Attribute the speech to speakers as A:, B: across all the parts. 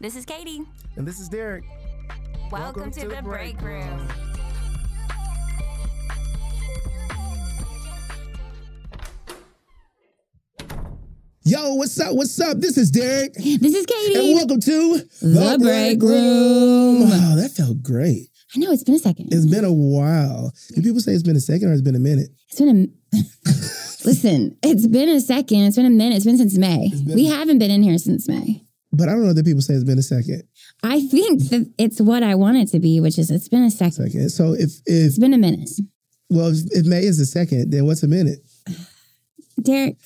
A: This is Katie.
B: And this is Derek.
A: Welcome, to, the, break, room.
B: Yo, what's up? What's up? This is Derek.
A: This is
B: And
A: Katie.
B: welcome to The,
A: Break Room.
B: Wow, that felt great.
A: I know it's been a second.
B: It's been a while. Do people say it's been a second or it's been a minute?
A: It's been a listen. It's been a second. It's been a minute. It's been since May.
B: been-
A: we haven't been in here since May.
B: But I don't know that people say it's been a second.
A: I think that it's what I want it to be, which is it's been a second.
B: Second. So if if
A: It's been a minute.
B: well if, if May is the second, then what's a minute?
A: Derek,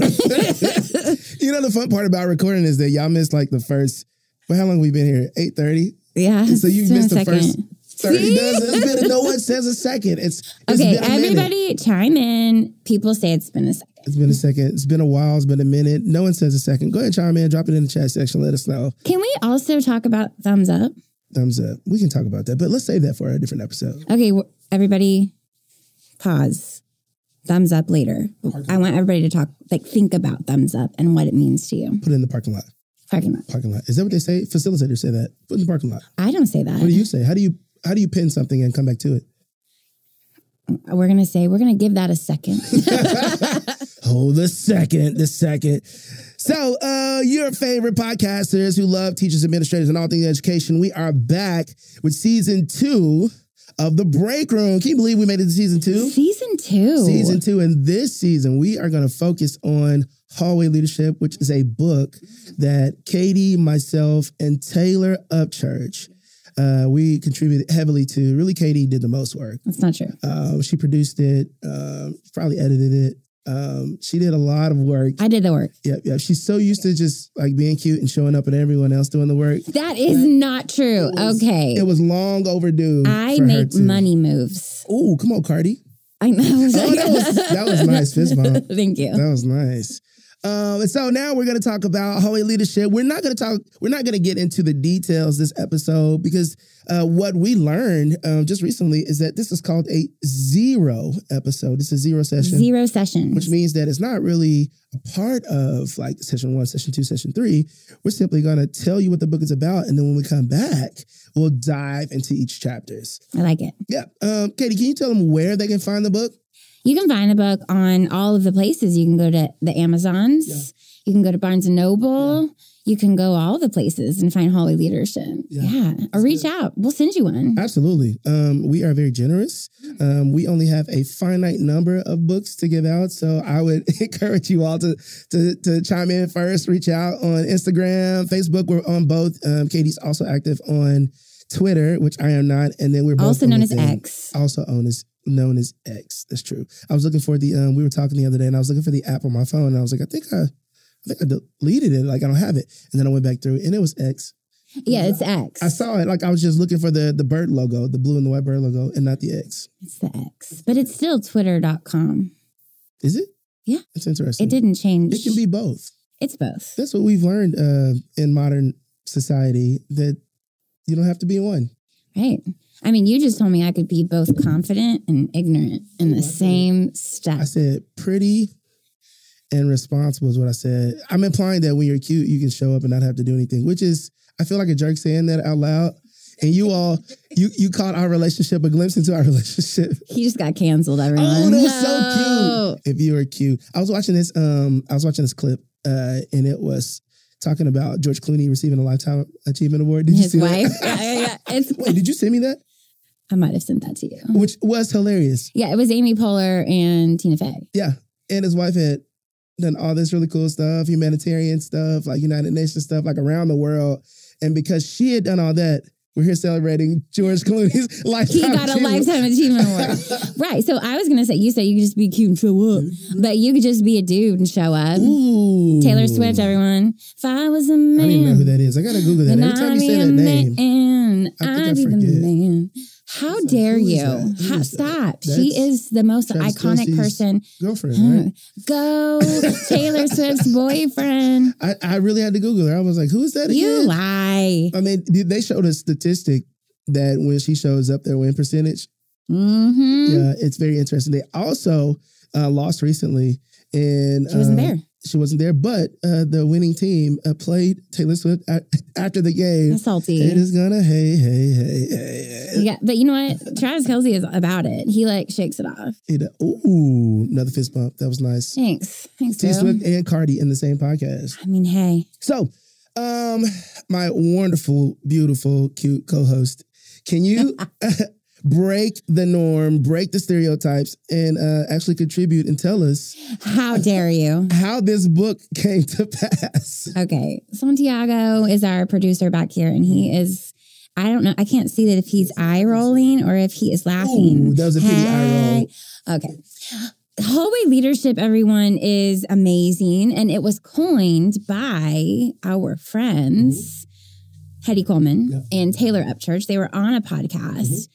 B: You know the fun part about recording is that y'all missed like the first. Well, how long we been here? Eight thirty.
A: yeah.
B: So
A: it's
B: you've
A: been a
B: missed the
A: second.
B: first thirty
A: See?
B: dozen. It's been a, no one says a second. It's, it's
A: Okay,
B: been a minute.
A: everybody chime in. People say it's been a second.
B: It's been a second. It's been a while. It's been a minute. No one says a second. Go ahead, chime in. Drop it in the chat section. Let us know.
A: Can we also talk about thumbs up?
B: Thumbs up. We can talk about that, but let's save that for a different episode.
A: Okay, wh- everybody, pause. Thumbs up later. I want everybody to talk, like, think about thumbs up and what it means to you.
B: Put it in the parking lot.
A: Parking lot.
B: Parking lot. Is that what they say? Facilitators say that. Put it in the parking lot.
A: I don't say that.
B: What do you say? How do you how do you pin something and come back to it?
A: we're gonna say we're gonna give that a second.
B: Hold Oh, the second, the second. So, uh, your favorite podcasters who love teachers, administrators, and all things education, we are back with season two of the break room. Can you believe we made it to season two?
A: Season two.
B: Season two, and this season we are going to focus on hallway leadership, which is a book that Katie, myself, and Taylor Upchurch. Uh, we contributed heavily to. Really, Katie did the most work.
A: That's not true.
B: Um, she produced it. Um, she probably edited it. Um, she did a lot of work.
A: I did the work.
B: Yep, yep. She's so used to just like being cute and showing up and everyone else doing the work.
A: That is not true. okay.
B: It was long overdue.
A: I
B: for her
A: make
B: to-
A: money moves.
B: Ooh, come on, Cardi.
A: I know.
B: Oh, that was that was nice fist bump.
A: Thank you.
B: That was nice. Um, and so now we're going to talk about hallway leadership. We're not going to talk. We're not going to get into the details this episode because uh, what we learned um, just recently is that this is called a zero episode. It's a zero session,
A: Zero sessions.
B: which means that it's not really a part of like session one, session two, session three. We're simply going to tell you what the book is about, and then when we come back, we'll dive into each chapters.
A: I like it.
B: Yeah, um, Katie, can you tell them where they can find the book?
A: You can find the book on all of the places. You can go to the Amazons. You can go to Barnes and Noble. You can go all the places and find Holly Leadership.
B: Yeah.
A: Yeah. Or reach out. We'll send you one.
B: Absolutely. Um, we are very generous. Um, we only have a finite number of books to give out. So I would encourage you all to, to, to chime in first, reach out on Instagram, Facebook. We're on both. Um, Katie's also active on Twitter, which I am not. And then we're both
A: also
B: on
A: known as
B: LinkedIn.
A: X.
B: Also known as known as X. That's true. I was looking for the, um, we were talking the other day and I was looking for the app on my phone and I was like, I think I, I think I deleted it. Like I don't have it. And then I went back through and it was X.
A: Yeah, it's X.
B: I saw it like I was just looking for the the bird logo, the blue and the white bird logo, and not the X.
A: It's the X. But it's still twitter.com.
B: Is it?
A: Yeah.
B: it's interesting.
A: It didn't change.
B: It can be both.
A: It's both.
B: That's what we've learned uh, in modern society that you don't have to be one.
A: Right. I mean, you just told me I could be both confident and ignorant in the same
B: I
A: step.
B: said pretty and responsible is what I said. I'm implying that when you're cute, you can show up and not have to do anything, which is I feel like a jerk saying that out loud. And you all, you you caught our relationship a glimpse into our relationship.
A: He just got canceled, everyone.
B: Oh,
A: No.
B: that's so cute. If you were cute. I was watching this, um, I was watching this clip, uh, and it was talking about George Clooney receiving a lifetime achievement award. Did you
A: His
B: see
A: wife. yeah,
B: that?
A: yeah, yeah. It's,
B: Wait, did you send me that?
A: I might have sent that to you.
B: Which was hilarious.
A: Yeah, it was Amy Poehler and Tina Fey.
B: Yeah. And his wife had done all this really cool stuff, humanitarian stuff, like United Nations stuff, like around the world. And because she had done all that, we're here celebrating George Clooney's lifetime.
A: He got a
B: achievement.
A: lifetime achievement award. right. So I was gonna say, you say you could just be cute and show up, but you could just be a dude and show up.
B: Mm-hmm. Ooh.
A: Taylor Swift, everyone. If I was a
B: I
A: man,
B: don't even know who that is. I gotta Google that.
A: then
B: Every time
A: I'd
B: you
A: be
B: say
A: a
B: that name,
A: man.
B: I think I
A: I'd be the
B: forget.
A: man. How
B: Who's that?
A: dare
B: Who is
A: you?
B: that? Who
A: How,
B: is that?
A: stop. she
B: That's
A: is the most
B: Travis
A: iconic
B: Kelce's-
A: person. Hmm.
B: girlfriend, right?
A: Go, Taylor Swift's boyfriend.
B: I, I really had to Google her. I was like, who is that?
A: You
B: again?
A: lie.
B: I mean, did- they showed a statistic that when she shows up, their win percentage.
A: Mm-hmm.
B: Yeah, it's very interesting. They also uh, lost recently, and
A: She wasn't
B: um,
A: there.
B: she wasn't there, but uh, the winning team uh, played Taylor Swift a- after the game.
A: It's salty.
B: It is gonna hey hey hey hey. hey.
A: You got- but you know what? Travis Kelsey is about it. He like shakes it off.
B: It, uh, ooh, another fist bump. That was nice.
A: Thanks. Thanks,
B: T
A: Bill.
B: Swift and Cardi in the same podcast.
A: I mean, hey,
B: So, um, my wonderful, beautiful, cute co-host, can you break the norm, break the stereotypes, and uh, actually contribute and tell us
A: how dare you?
B: how this book came to pass?
A: Okay. Santiago is our producer back here, and he is, I don't know, I can't see that if he's eye rolling or if he is laughing.
B: Ooh, that was a pity eye roll.
A: Hey. Okay. Hallway leadership, everyone, is amazing. And it was coined by our friends, Hetty Coleman
B: Yeah.
A: and Taylor Upchurch. They were on a podcast.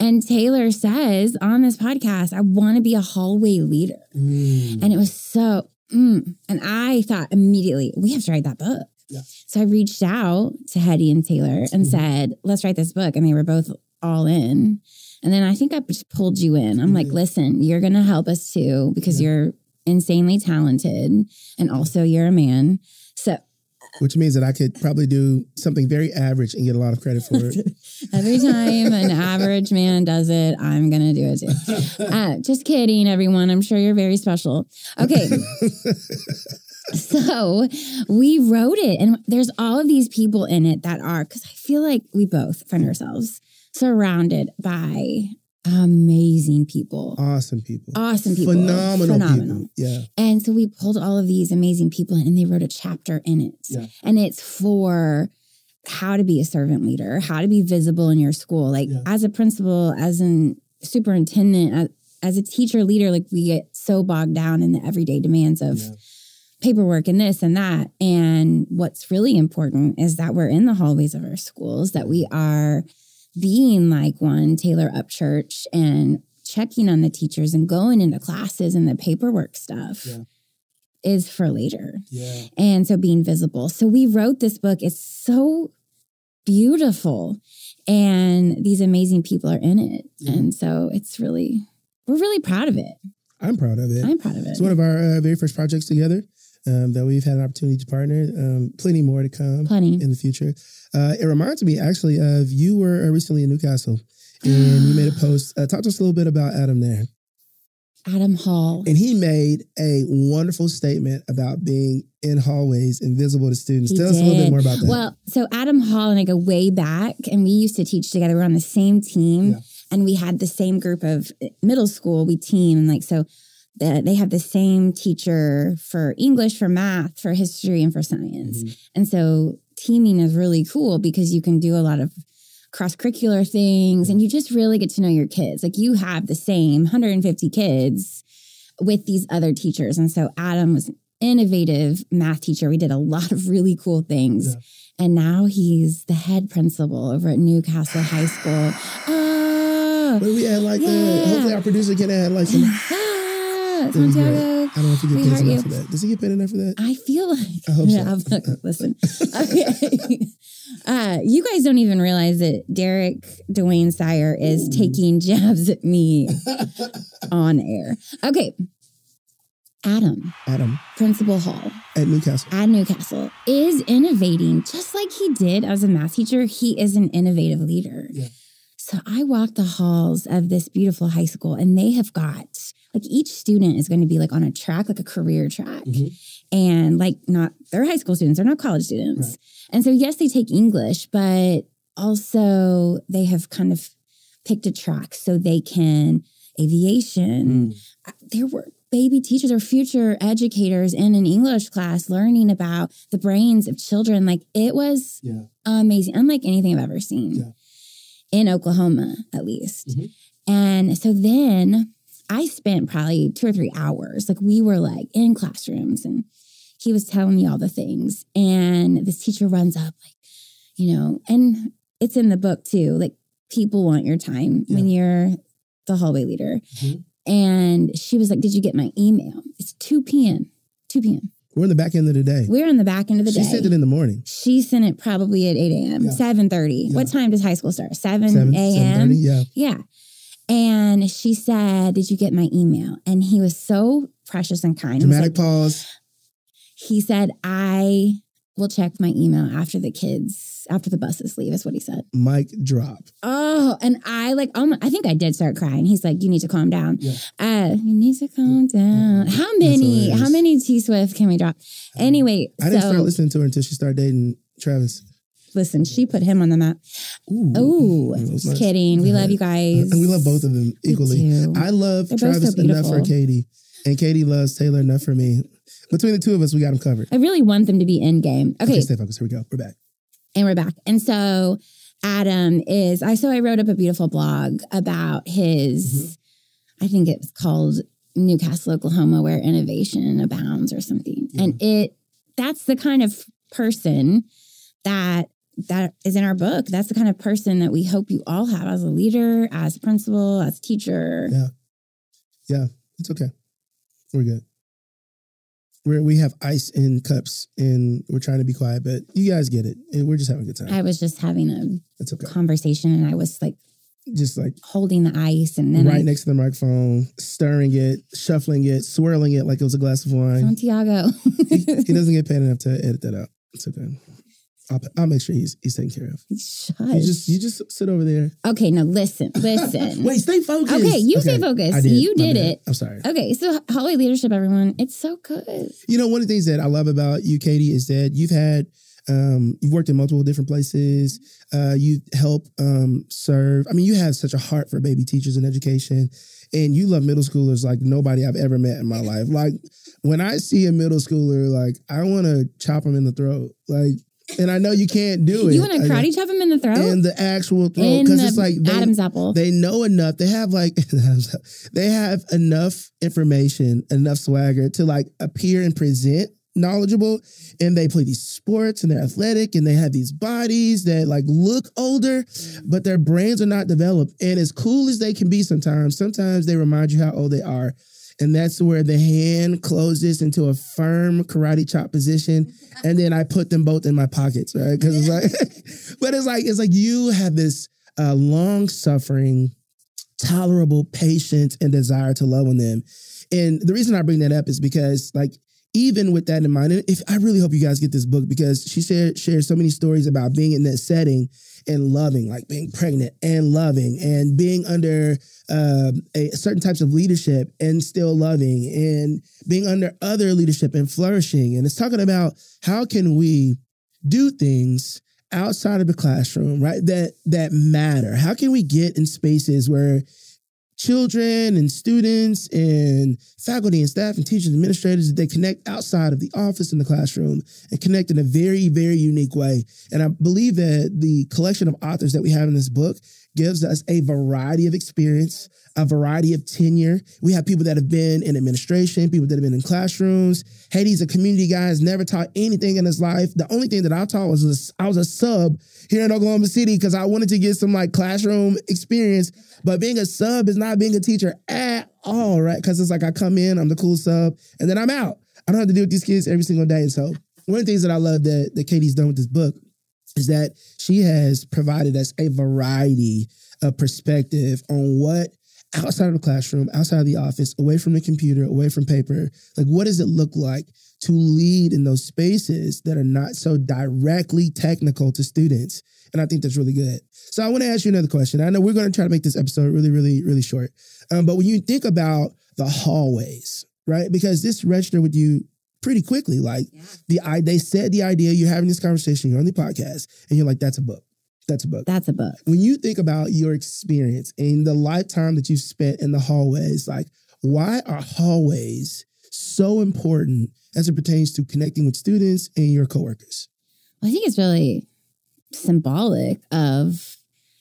A: And Taylor says on this podcast, I want to be a hallway leader.
B: Mm.
A: And it was so, mm. and I thought immediately, we have to write that book.
B: Yeah.
A: So I reached out to Hetty and Taylor and
B: Mhm.
A: said, let's write this book. And they were both all in. And then I think I just pulled you in. I'm like,
B: Yeah.
A: listen, you're going to help us too because
B: Mm-hmm. Yeah.
A: you're insanely talented and also you're a man. So
B: Which means that I could probably do something very average and get a lot of credit for it.
A: every time an average man does it, I'm going to do it too. Uh, just kidding, everyone. I'm sure you're very special. Okay. so we wrote it, and there's all of these people in it that are, because I feel like we both find ourselves surrounded by amazing people,
B: awesome people.
A: awesome people,
B: Phenomenal, people. Yeah.
A: and so we pulled all of these amazing people in and they wrote a chapter in it.
B: Yeah.
A: And it's for how to be a servant leader, how to be visible in your school. Like
B: Yeah.
A: as a principal, as an superintendent, as, as a teacher leader, like we get so bogged down in the everyday demands of
B: Yeah.
A: paperwork and this and that. And what's really important is that we're in the hallways of our schools, that we are being like one Taylor Upchurch and checking on the teachers and going into classes and the paperwork stuff
B: Yeah.
A: is for later.
B: Yeah.
A: And so being visible. So we wrote this book. It's so beautiful. And these amazing people are in it.
B: Yeah.
A: And so it's really, we're really proud of it.
B: I'm proud of it.
A: I'm proud of it.
B: It's one of our uh, very first projects together um, that we've had an opportunity to partner. Um, plenty more to come
A: Plenty.
B: in the future. Uh, it reminds me actually of you were uh, recently in Newcastle and you made a post. Uh, talk to us a little bit about Adam there.
A: Adam Hall.
B: And he made a wonderful statement about being in hallways invisible to students.
A: He
B: Tell us a little bit
A: did.
B: more about that.
A: Well, so Adam Hall and I go way back, and we used to teach together. We're on the same team,
B: Yeah.
A: and we had the same group of uh, middle school. We team, and like so, the, they have the same teacher for English, for math, for history, and for science.
B: Mhm.
A: And so, teaming is really cool because you can do a lot of cross curricular things, and you just really get to know your kids. Like you have the same 150 kids with these other teachers, and so Adam was innovative math teacher. We did a lot of really cool things. And now he's the head principal over at Newcastle High School. Oh,
B: What do we add like that?
A: Yeah.
B: Hopefully our producer can add like some.
A: Ah,
B: That was great.
A: Santiago.
B: I don't know if he
A: We
B: gets paid
A: heart
B: enough
A: you. Uh,
B: for that. Does he get paid enough for that?
A: I feel like
B: I hope so.
A: I'm not- listen. Okay. Uh, you guys don't even realize that Derek Dwayne Sire is
B: Ooh.
A: taking jabs at me on air. Okay. Adam,
B: Adam
A: Principal Hall.
B: at Newcastle.
A: at Newcastle is innovating just like he did as a math teacher. He is an innovative leader.
B: Yeah.
A: So I walked the halls of this beautiful high school, and they have got like each student is going to be like on a track, like a career track,
B: Mhm.
A: and like not they're high school students, they're not college students. And so yes, they take English, but also they have kind of picked a track so they can aviation there were baby teachers or future educators in an English class learning about the brains of children. Like it was
B: Yeah.
A: amazing, unlike anything I've ever seen
B: Yeah.
A: in Oklahoma, at least.
B: Mhm.
A: And so then I spent probably two or three hours. Like we were like in classrooms and he was telling me all the things. And this teacher runs up, like, you know, and it's in the book too. Like people want your time when you're the hallway leader.
B: Mhm.
A: And she was like, Did you get my email? It's 2 p.m. 2 p.m.
B: We're in the back end of the day.
A: We're on the back end of the
B: she
A: day.
B: sent it in the morning.
A: she sent it probably at 8 a.m.
B: Yeah.
A: 7:30.
B: Yeah.
A: What time does high school start? 7
B: Seven,
A: a.m.
B: 7:30? Yeah.
A: Yeah. And she said, Did you get my email? And he was so precious and kind. He was
B: Dramatic
A: like,
B: pause.
A: He said, I will check my email after the kids, after the buses leave, is what he said.
B: Mic drop.
A: Oh, and I like, oh my, I think I did start crying. He's like, you need to calm down.
B: Yeah.
A: Uh, you need to calm down. How many,
B: hilarious.
A: how many T Swift can we drop? Anyway,
B: I didn't
A: so
B: start listening to her until she started dating Travis.
A: listen, she put him on the map.
B: Ooh.
A: Oh,
B: That was
A: just
B: nice.
A: kidding. We love you guys.
B: And we love both of them
A: We
B: equally.
A: do.
B: I love
A: They're both so
B: Travis enough for
A: beautiful.
B: Katie, and Katie loves Taylor enough for me. Between the two of us, we got them covered.
A: I really want them to be in game. Okay,
B: stay focused. Here we go. We're back.
A: and we're back. And so Adam is I so I wrote up a beautiful blog about
B: Mm-hmm.
A: his I think it was called Newcastle, Oklahoma where innovation abounds or something.
B: Yeah.
A: And it that's the kind of person that that is in our book. That's the kind of person that we hope you all have as a leader, as principal, as teacher.
B: Yeah. It's okay. We're good. We're, we have ice in cups and we're trying to be quiet, but you guys get it. And we're just having a good time.
A: I was just having a
B: It's okay.
A: conversation and I was like
B: Just like
A: holding the ice and then
B: right
A: I,
B: next to the microphone, stirring it, shuffling it, swirling it like it was a glass of wine.
A: Santiago.
B: he, he doesn't get paid enough to edit that out. It's okay. I'll, I'll make sure he's he's taken care of.
A: Shut.
B: You just you just sit over there.
A: Okay, now listen, listen.
B: Wait, stay focused.
A: Okay, you stay focused.
B: I
A: You
B: My
A: did
B: bad.
A: it.
B: I'm sorry.
A: Okay, so holiday leadership, everyone, it's so good.
B: You know, one of the things that I love about you, Katie, is that you've had um, you've worked in multiple different places. Uh, you help um, serve. I mean, you have such a heart for baby teachers and education, and you love middle schoolers like nobody I've ever met in my life. Like when I see a middle schooler, like I want to chop them in the throat. Like, and I know you can't do it.
A: You want to
B: Like,
A: karate chop him in the throat?
B: in the actual throat
A: In
B: because
A: the
B: it's like they,
A: Adam's apple.
B: they know enough. They have like they have enough information, enough swagger to like appear and present knowledgeable. And they play these sports and they're athletic and they have these bodies that like look older, but their brains are not developed. And as cool as they can be sometimes, sometimes they remind you how old they are. And that's where the hand closes into a firm karate chop position. And then I put them both in my pockets, right? Because it's like, but it's like, it's like you have this uh, long suffering, tolerable patience and desire to love on them. And the reason I bring that up is because, like, even with that in mind, and if I really hope you guys get this book because she shared shares so many stories about being in that setting and loving, like being pregnant and loving, and being under um, a, certain types of leadership and still loving, and being under other leadership and flourishing. And it's talking about how can we do things outside of the classroom, right? That that matter. How can we get in spaces where children and students and faculty and staff and teachers and administrators they connect outside of the office and the classroom and connect in a very very unique way and i believe that the collection of authors that we have in this book gives us a variety of experience a variety of tenure we have people that have been in administration people that have been in classrooms Haiti's a community guy has never taught anything in his life the only thing that i taught was this- I was a sub here in oklahoma city because i wanted to get some like classroom experience but being a sub is not being a teacher at all, right? Because it's like I come in, I'm the cool sub, and then I'm out. I don't have to deal with these kids every single day. And so one of the things that I love that, that Katie's done with this book is that she has provided us a variety of perspective on what outside of the classroom, outside of the office, away from the computer, away from paper, like what does it look like to lead in those spaces that are not so directly technical to students? And I think that's really good. So I want to ask you another question. I know we're going to try to make this episode really, really, really short. Um, but when you think about the hallways, right? Because this registered with you pretty quickly. Like
A: Yeah.
B: the I they said the idea, you're having this conversation, you're on the podcast, and you're like, that's a book. That's a book.
A: That's a book.
B: When you think about your experience and the lifetime that you've spent in the hallways, like why are hallways so important as it pertains to connecting with students and your coworkers?
A: I think it's really symbolic of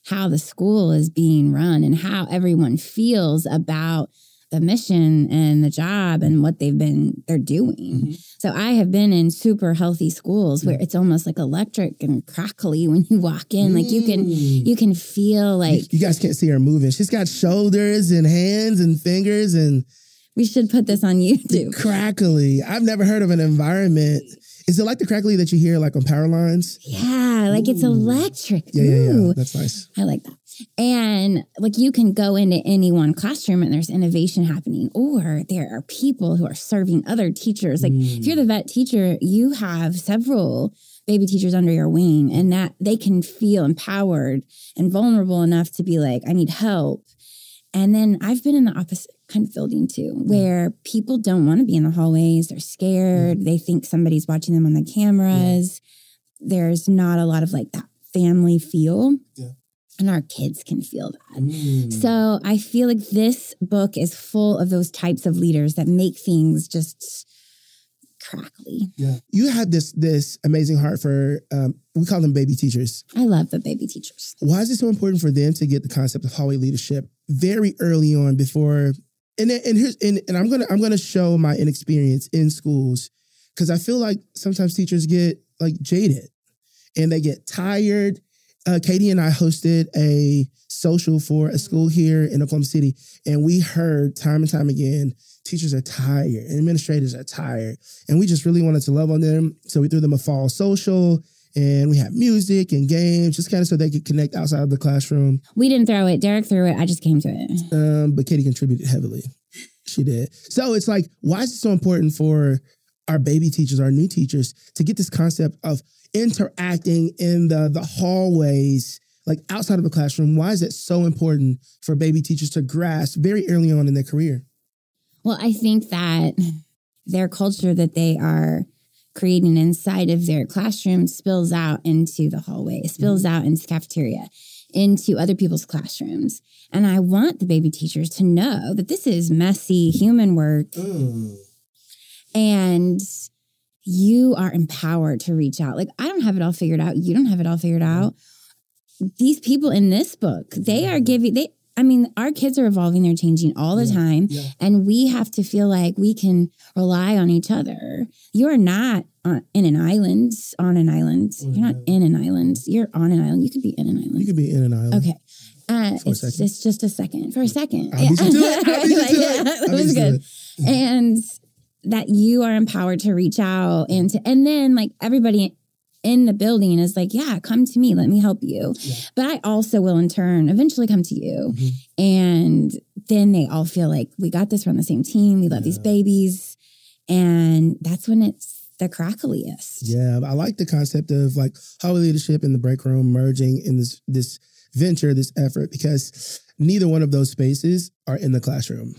A: how the school is being run and how everyone feels about the mission and the job and what they've been they're doing. So I have been in super healthy schools
B: Mm.
A: where it's almost like electric and crackly when you walk in. Like you can
B: Mm.
A: you can feel like
B: you, you guys can't see her moving. She's got shoulders and hands and fingers and
A: we should put this on YouTube.
B: crackly. I've never heard of an environment Is it like the crackly that you hear like on power lines?
A: Yeah, like it's
B: Ooh.
A: electric.
B: Yeah, yeah, yeah.
A: Ooh.
B: That's nice.
A: I like that. And like you can go into any one classroom and there's innovation happening, or there are people who are serving other teachers. Like if you're the vet teacher, you have several baby teachers under your wing, and that they can feel empowered and vulnerable enough to be like, I need help. And then I've been in the opposite kind of building too, where people don't want to be in the hallways. They're scared. They think somebody's watching them on the cameras. There's not a lot of like that family feel.
B: Yeah.
A: And our kids can feel that.
B: Mm.
A: So I feel like this book is full of those types of leaders that make things just crackly.
B: yeah. You have this this amazing heart for um, we call them baby teachers.
A: I love the baby teachers.
B: Why is it so important for them to get the concept of hallway leadership very early on before and then- and here's and, and I'm gonna I'm gonna show my inexperience in schools because I feel like sometimes teachers get like jaded and they get tired. Uh, Katie and I hosted a social for a school here in Oklahoma City, and we heard time and time again teachers are tired and administrators are tired, and we just really wanted to love on them, so we threw them a fall social. And we had music and games, just kind of so they could connect outside of the classroom
A: We didn't throw it, Derek threw it. I just came to it.
B: um, but Katie contributed heavily. She did. So it's like, why is it so important for our baby teachers, our new teachers, to get this concept of interacting in the the hallways, like outside of the classroom? Why is it so important for baby teachers to grasp very early on in their career?
A: Well, I think that their culture that they are creating inside of their classroom spills out into the hallway, spills out into cafeteria, into other people's classrooms. And I want the baby teachers to know that this is messy human work and you are empowered to reach out. Like I don't have it all figured out. You don't have it all figured
B: Mm-hmm.
A: out. These people in this book, they are giving they I mean, our kids are evolving, they're changing all the
B: Yeah.
A: time.
B: Yeah.
A: And we have to feel like we can rely on each other. You're not on, in an island, on an island. You're not in an island. You're on an island. You could be in an
B: Oh, You
A: island.
B: could be in an island.
A: Okay. Uh,
B: For a
A: it's,
B: second.
A: it's just a second. For a second.
B: I'll beat you to it. I'll beat you to
A: Yeah,
B: it.
A: that
B: I'll beat
A: was
B: you to
A: good
B: it.
A: and that you are empowered to reach out and to, and then like everybody in the building is like, yeah, come to me, let me help you.
B: Yeah.
A: But I also will in turn eventually come to you.
B: Mhm.
A: And then they all feel like we got this, we're on the same team, we love these
B: Yeah.
A: babies. And that's when it's the crackliest.
B: Yeah, I like the concept of like hallway leadership and the break room merging in this this venture, this effort, because neither one of those spaces are in the classroom.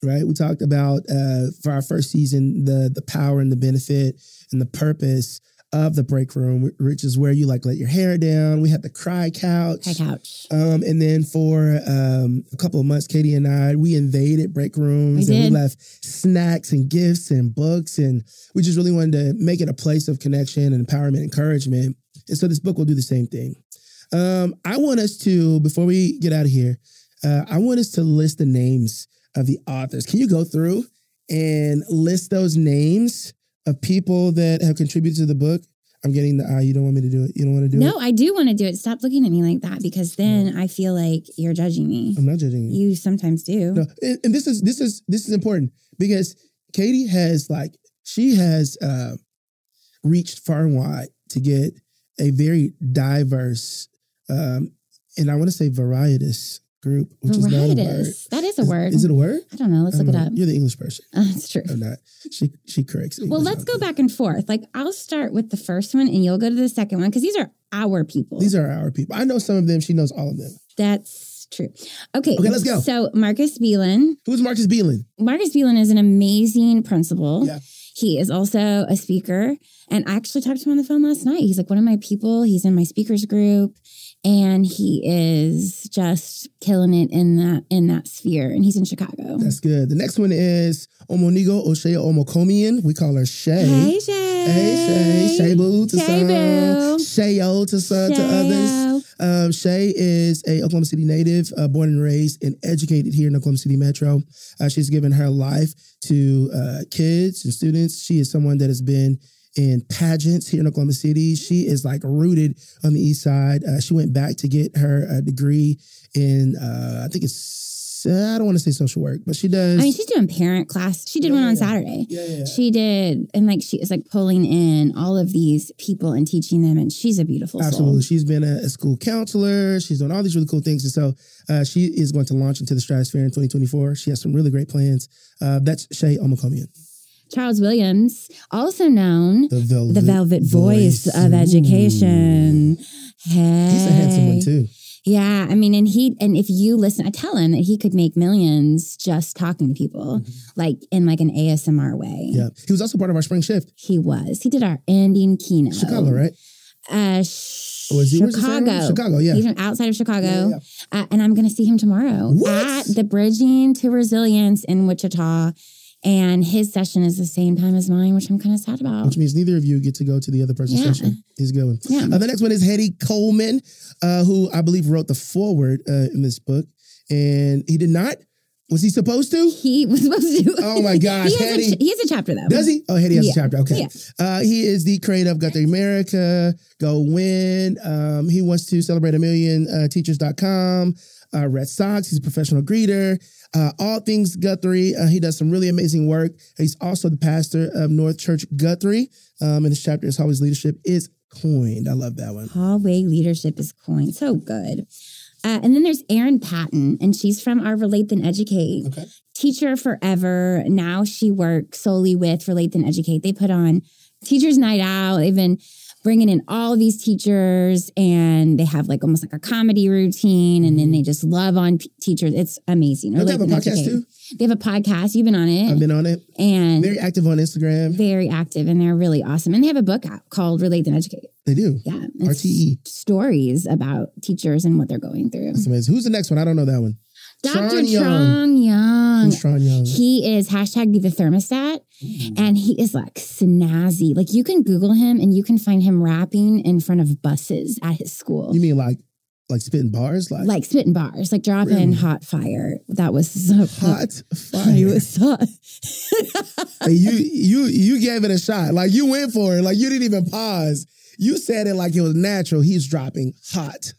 B: Right? We talked about uh, for our first season the the power and the benefit and the purpose of the break room, which is where you like let your hair down. We had the cry couch.
A: Cry couch.
B: Um, and then for um, a couple of months, Katie and I, we invaded break rooms
A: We
B: and
A: did.
B: we left snacks and gifts and books. And we just really wanted to make it a place of connection and empowerment, encouragement. And so this book will do the same thing. Um, I want us to, before we get out of here, uh, I want us to list the names of the authors. Can you go through and list those names of people that have contributed to the book? I'm getting the eye. You don't want me to do it. You don't want to do it.
A: No, I do want to do it. Stop looking at me like that because then I feel like you're judging me.
B: I'm not judging you.
A: You sometimes do.
B: No, and, and this is this is this is important because Katie has like she has uh, reached far and wide to get a very diverse um, and I want to say varietous group, which is not a word.
A: Varietous. That is a word.
B: Is it a word?
A: I don't know. Let's
B: I
A: look
B: don't
A: it
B: know.
A: up.
B: You're the English person.
A: Uh, That's true.
B: I'm not. She she corrects me.
A: Well, let's go back and forth. Like I'll start with the first one and you'll go to the second one because these are our people.
B: These are our people. I know some of them. She knows all of them.
A: That's true. Okay.
B: Okay, let's go.
A: So Marcus Beelan.
B: Who's Marcus Beelan?
A: Marcus Beelan is an amazing principal.
B: Yeah.
A: He is also a speaker. And I actually talked to him on the phone last night. He's like one of my people. He's in my speakers group. And he is just killing it in that in that sphere. And he's in Chicago.
B: That's good. The next one is Omonigo Oshea Omokomian. We call her Shay.
A: Hey Shay.
B: Hey Shay, Shay Boo to
A: Shay
B: some,
A: Boo.
B: Shay O to some, to others.
A: Shayo.
B: Um, Shay is a Oklahoma City native, uh, born and raised and educated here in Oklahoma City Metro. Uh, she's given her life to uh, kids and students. She is someone that has been in pageants here in Oklahoma City. She is like rooted on the East Side. Uh, she went back to get her uh, degree in, uh, I think it's so- I don't want to say social work, but she does.
A: I mean, she's doing parent class. She did
B: Yeah,
A: one
B: yeah,
A: on
B: yeah.
A: Saturday.
B: yeah, yeah.
A: She did, and like she is like pulling in all of these people and teaching them, and she's a beautiful
B: Absolutely.
A: soul.
B: She's been a, a school counselor. She's doing all these really cool things. And so uh, she is going to launch into the stratosphere in 2024. She has some really great plans. Uh, that's Shay Omakomian.
A: Charles Williams, also known
B: The Velvet,
A: the Velvet Voice of Education. Hey,
B: Ooh. He's a handsome one, too.
A: Yeah, I mean, and he and if you listen, I tell him that he could make millions just talking to people, like in like an ASMR way.
B: Mm-hmm. Yeah. He was also part of our spring shift.
A: He was. He did our ending keynote.
B: Chicago, right?
A: Uh, sh-
B: Or is he- where's he from?
A: Oh. Chicago.
B: Chicago, yeah.
A: He's from outside of Chicago.
B: Yeah, yeah,
A: Uh, and I'm going to see him tomorrow
B: What?
A: at the Bridging to Resilience in Wichita. And his session is the same time as mine, which I'm kind of sad about.
B: Which means neither of you get to go to the other person's
A: Yeah.
B: session. He's going.
A: Yeah.
B: Uh, the next one is Hetty Coleman, uh, who I believe wrote the foreword uh, in this book. And he did not. Was he supposed to?
A: He was supposed to.
B: Oh my gosh,
A: he, has a,
B: Hattie.
A: ch- he has a chapter though.
B: Does he? Oh, Haiti has
A: Yeah.
B: a chapter. Okay.
A: Yeah.
B: Uh, he is the creator of Got the America, Go Win. Um, he wants to celebrate a million uh, teachers.com, uh, Red Sox. He's a professional greeter. Uh, all things Guthrie. Uh, he does some really amazing work. He's also the pastor of North Church Guthrie. Um, and his chapter is How His Leadership is Coined. I love that one.
A: Hallway leadership is coined. So good. Uh, and then there's Erin Patton, and she's from our Relate Then Educate.
B: Okay.
A: Teacher forever. Now she works solely with Relate Then Educate. They put on Teachers Night Out. They've been bringing in all these teachers, and they have like almost like a comedy routine, and then they just love on p- teachers. It's amazing.
B: Mm-hmm. Don't they have a
A: Relate Then
B: podcast
A: Educate.
B: too?
A: They have a podcast. You've been on it,
B: I've been on it.
A: and
B: Very active on Instagram.
A: Mm-hmm. very active, and they're really awesome. And they have a book out called Relate Then Educate.
B: They do.
A: Yeah. it's
B: RTE.
A: Stories about teachers and what they're going through.
B: That's amazing. Who's the next one? I don't know that one.
A: Dr.
B: Tron Young.
A: Trong Young.
B: Who's Tron Young?
A: He is hashtag be the thermostat and he is like snazzy. Like you can Google him and you can find him rapping in front of buses at his school.
B: You mean like like spitting bars? Like,
A: like spitting bars, like dropping
B: Really?
A: hot fire. That was so
B: hot
A: He
B: fire.
A: was hot.
B: Hey, you you you gave it a shot. Like you went for it. Like you didn't even pause. You said it like it was natural. He's dropping hot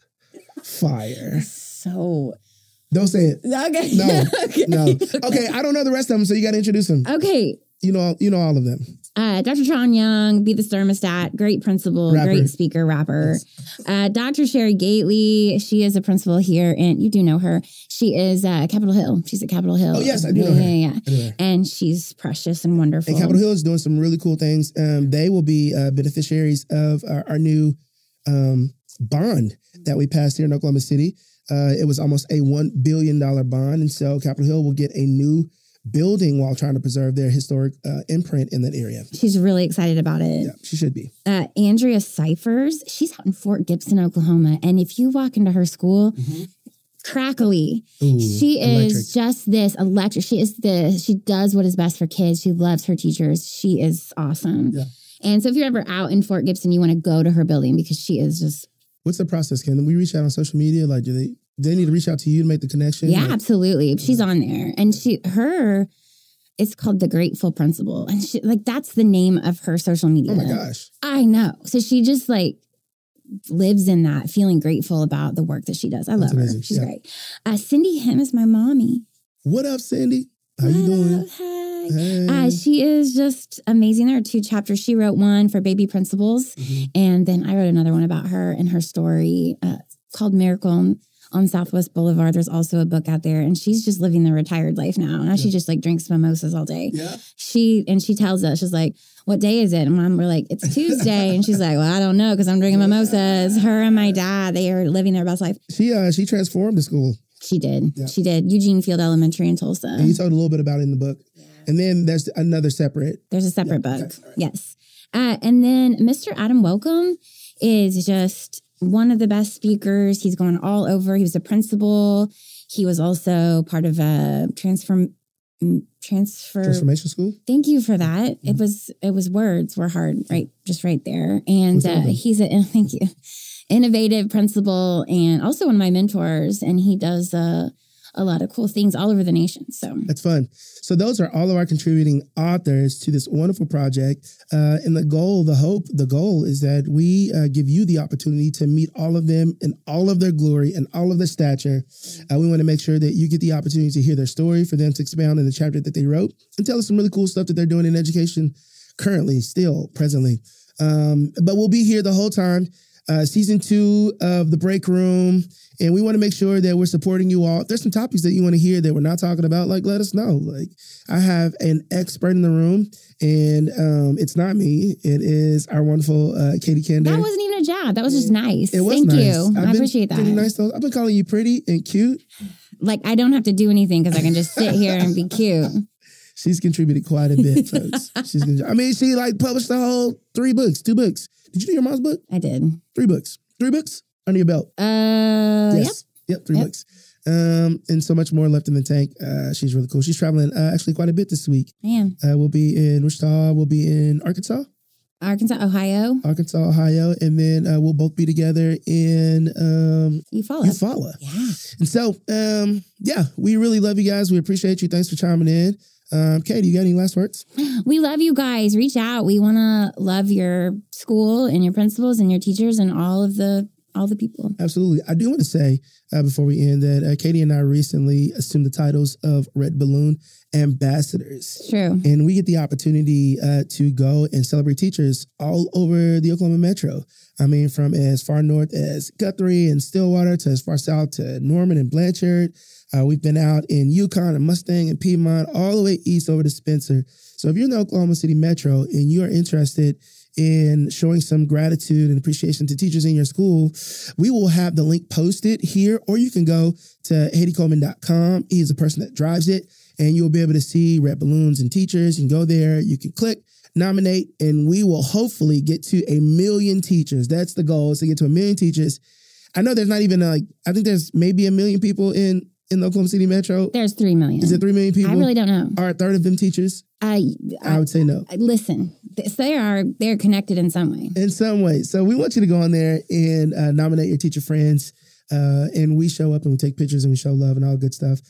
B: fire.
A: so
B: Don't say it.
A: okay.
B: No,
A: okay.
B: No. Okay, I don't know the rest of them, so you got to introduce them.
A: Okay.
B: You know, you know all of them.
A: Uh, Dr. Tron Young, Be the Thermostat, great principal,
B: Rapper.
A: great speaker, rapper. Uh, Dr. Sherry Gately, she is a principal here, and you do know her. She is uh, Capitol Hill. She's at Capitol Hill.
B: Oh, yes, I do
A: yeah,
B: know her.
A: Yeah, yeah.
B: Anyway.
A: And she's precious and wonderful.
B: And Capitol Hill is doing some really cool things. Um, they will be uh, beneficiaries of our, our new um, bond that we passed here in Oklahoma City. Uh, it was almost a one billion dollar bond, and so Capitol Hill will get a new building while trying to preserve their historic uh, imprint in that area.
A: She's really excited about it.
B: Yeah, she should be.
A: Uh, Andrea Cyphers, she's out in Fort Gibson, Oklahoma. And if you walk into her school, crackly,
B: Ooh,
A: she
B: electric.
A: is just this electric. She is the she does what is best for kids. She loves her teachers. She is awesome.
B: Yeah.
A: And so if you're ever out in Fort Gibson, you want to go to her building because she is just
B: What's the process? Can we reach out on social media? Like, do they do they need to reach out to you to make the connection?
A: yeah,
B: Like,
A: absolutely. She's on there, and she her it's called the Grateful Principle, and she like that's the name of her social media.
B: oh my gosh,
A: I know. So she just like lives in that, feeling grateful about the work that she does. I
B: That's
A: love her.
B: amazing.
A: She's
B: Yeah.
A: great. Uh, Cindy Hem is my mommy.
B: what up, Sandy? How you doing?
A: Hi.
B: Hey.
A: Uh, she is just amazing. There are two chapters. She wrote one for baby principals,
B: Mhm.
A: and then I wrote another one about her and her story uh, called Miracle on, on Southwest Boulevard. There's also a book out there, and she's just living the retired life now. Now she
B: Yeah.
A: just like drinks mimosas all day.
B: yeah,
A: She and she tells us, she's like, "What day is it?" And mom, we're like, "It's Tuesday," and she's like, "Well, I don't know because I'm drinking mimosas." Her and my dad, they are living their best life.
B: she uh, she transformed the school.
A: She did.
B: Yeah.
A: She did. Eugene Field Elementary in Tulsa.
B: And you told a little bit about it in the book. And then there's another separate.
A: There's a separate
B: Yeah, okay,
A: book.
B: all right.
A: Yes. Uh, and then Mr. Adam Welcome is just one of the best speakers. He's gone all over. He was a principal. He was also part of a transform mm, transfer.
B: Transformation School.
A: Thank you for that.
B: Mm-hmm.
A: It was it was words were hard right just right there. And
B: Who's
A: uh,
B: Adam?
A: he's a thank you, innovative principal and also one of my mentors. And he does a a lot of cool things all over the nation. So
B: That's fun. So those are all of our contributing authors to this wonderful project. Uh, and the goal, the hope, the goal is that we uh, give you the opportunity to meet all of them in all of their glory and all of their stature. Uh, we want to make sure that you get the opportunity to hear their story, for them to expound on the chapter that they wrote, and tell us some really cool stuff that they're doing in education currently, still, presently. Um, but we'll be here the whole time. Uh, season two of the break room and we want to make sure that we're supporting you all. If there's some topics that you want to hear that we're not talking about, like let us know. Like I have an expert in the room, and um, it's not me. It is our wonderful uh, Katie Kander.
A: that wasn't even a job. That was just nice.
B: it was
A: Thank
B: nice.
A: you.
B: I've
A: I
B: been
A: appreciate that.
B: getting Nice though. I've been calling you pretty and cute.
A: Like I don't have to do anything because I can just sit here and be cute.
B: She's contributed quite a bit, folks. She's. Con- I mean, she like published the whole three books, two books. Did you do your mom's book?
A: I did.
B: Three books. Three books under your belt.
A: Uh, yep.
B: yes. Yep. three
A: Yep.
B: books. Um, and so much more left in the tank. Uh, she's really cool. She's traveling uh, actually quite a bit this week.
A: Man,
B: Uh, we'll be in Wichita. We'll be in Arkansas,
A: Arkansas, Ohio,
B: Arkansas, Ohio, and then uh, we'll both be together in um,
A: you follow.
B: Eufaula.
A: yeah.
B: And so, um, yeah, we really love you guys. We appreciate you. Thanks for chiming in. Um, Katie, you got any last words?
A: We love you guys. Reach out. We want to love your school and your principals and your teachers and all of the all the people.
B: Absolutely. I do want to say uh, before we end that uh, Katie and I recently assumed the titles of Red Balloon Ambassadors.
A: It's true.
B: and we get the opportunity uh, to go and celebrate teachers all over the Oklahoma Metro. I mean, from as far north as Guthrie and Stillwater to as far south to Norman and Blanchard. Uh, we've been out in Yukon and Mustang and Piedmont, all the way east over to Spencer. So if you're in the Oklahoma City Metro and you are interested in showing some gratitude and appreciation to teachers in your school, we will have the link posted here, or you can go to HatieColeman.com. He is the person that drives it and you'll be able to see red balloons and teachers. You can go there, you can click, nominate, and we will hopefully get to a million teachers. That's the goal is to get to a million teachers. I know there's not even like I think there's maybe a million people in in the Oklahoma City Metro.
A: There's three million.
B: Is it three million people?
A: I really don't know.
B: Are a third of them teachers?
A: I,
B: I
A: I
B: would say no.
A: listen. This, they are they're connected in some way.
B: In some way. So we want you to go on there and uh, nominate your teacher friends. Uh, and we show up and we take pictures and we show love and all good stuff.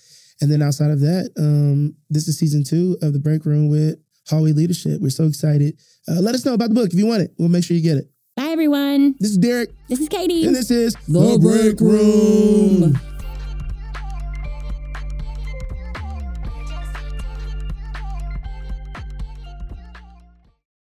B: And then outside of that, um, this is season two of The Break Room with Hallway Leadership. We're so excited. Uh, let us know about the book if you want it. We'll make sure you get it.
A: Bye everyone.
B: This is Derek,
A: This is Katie.
B: and this is
A: The Break Room.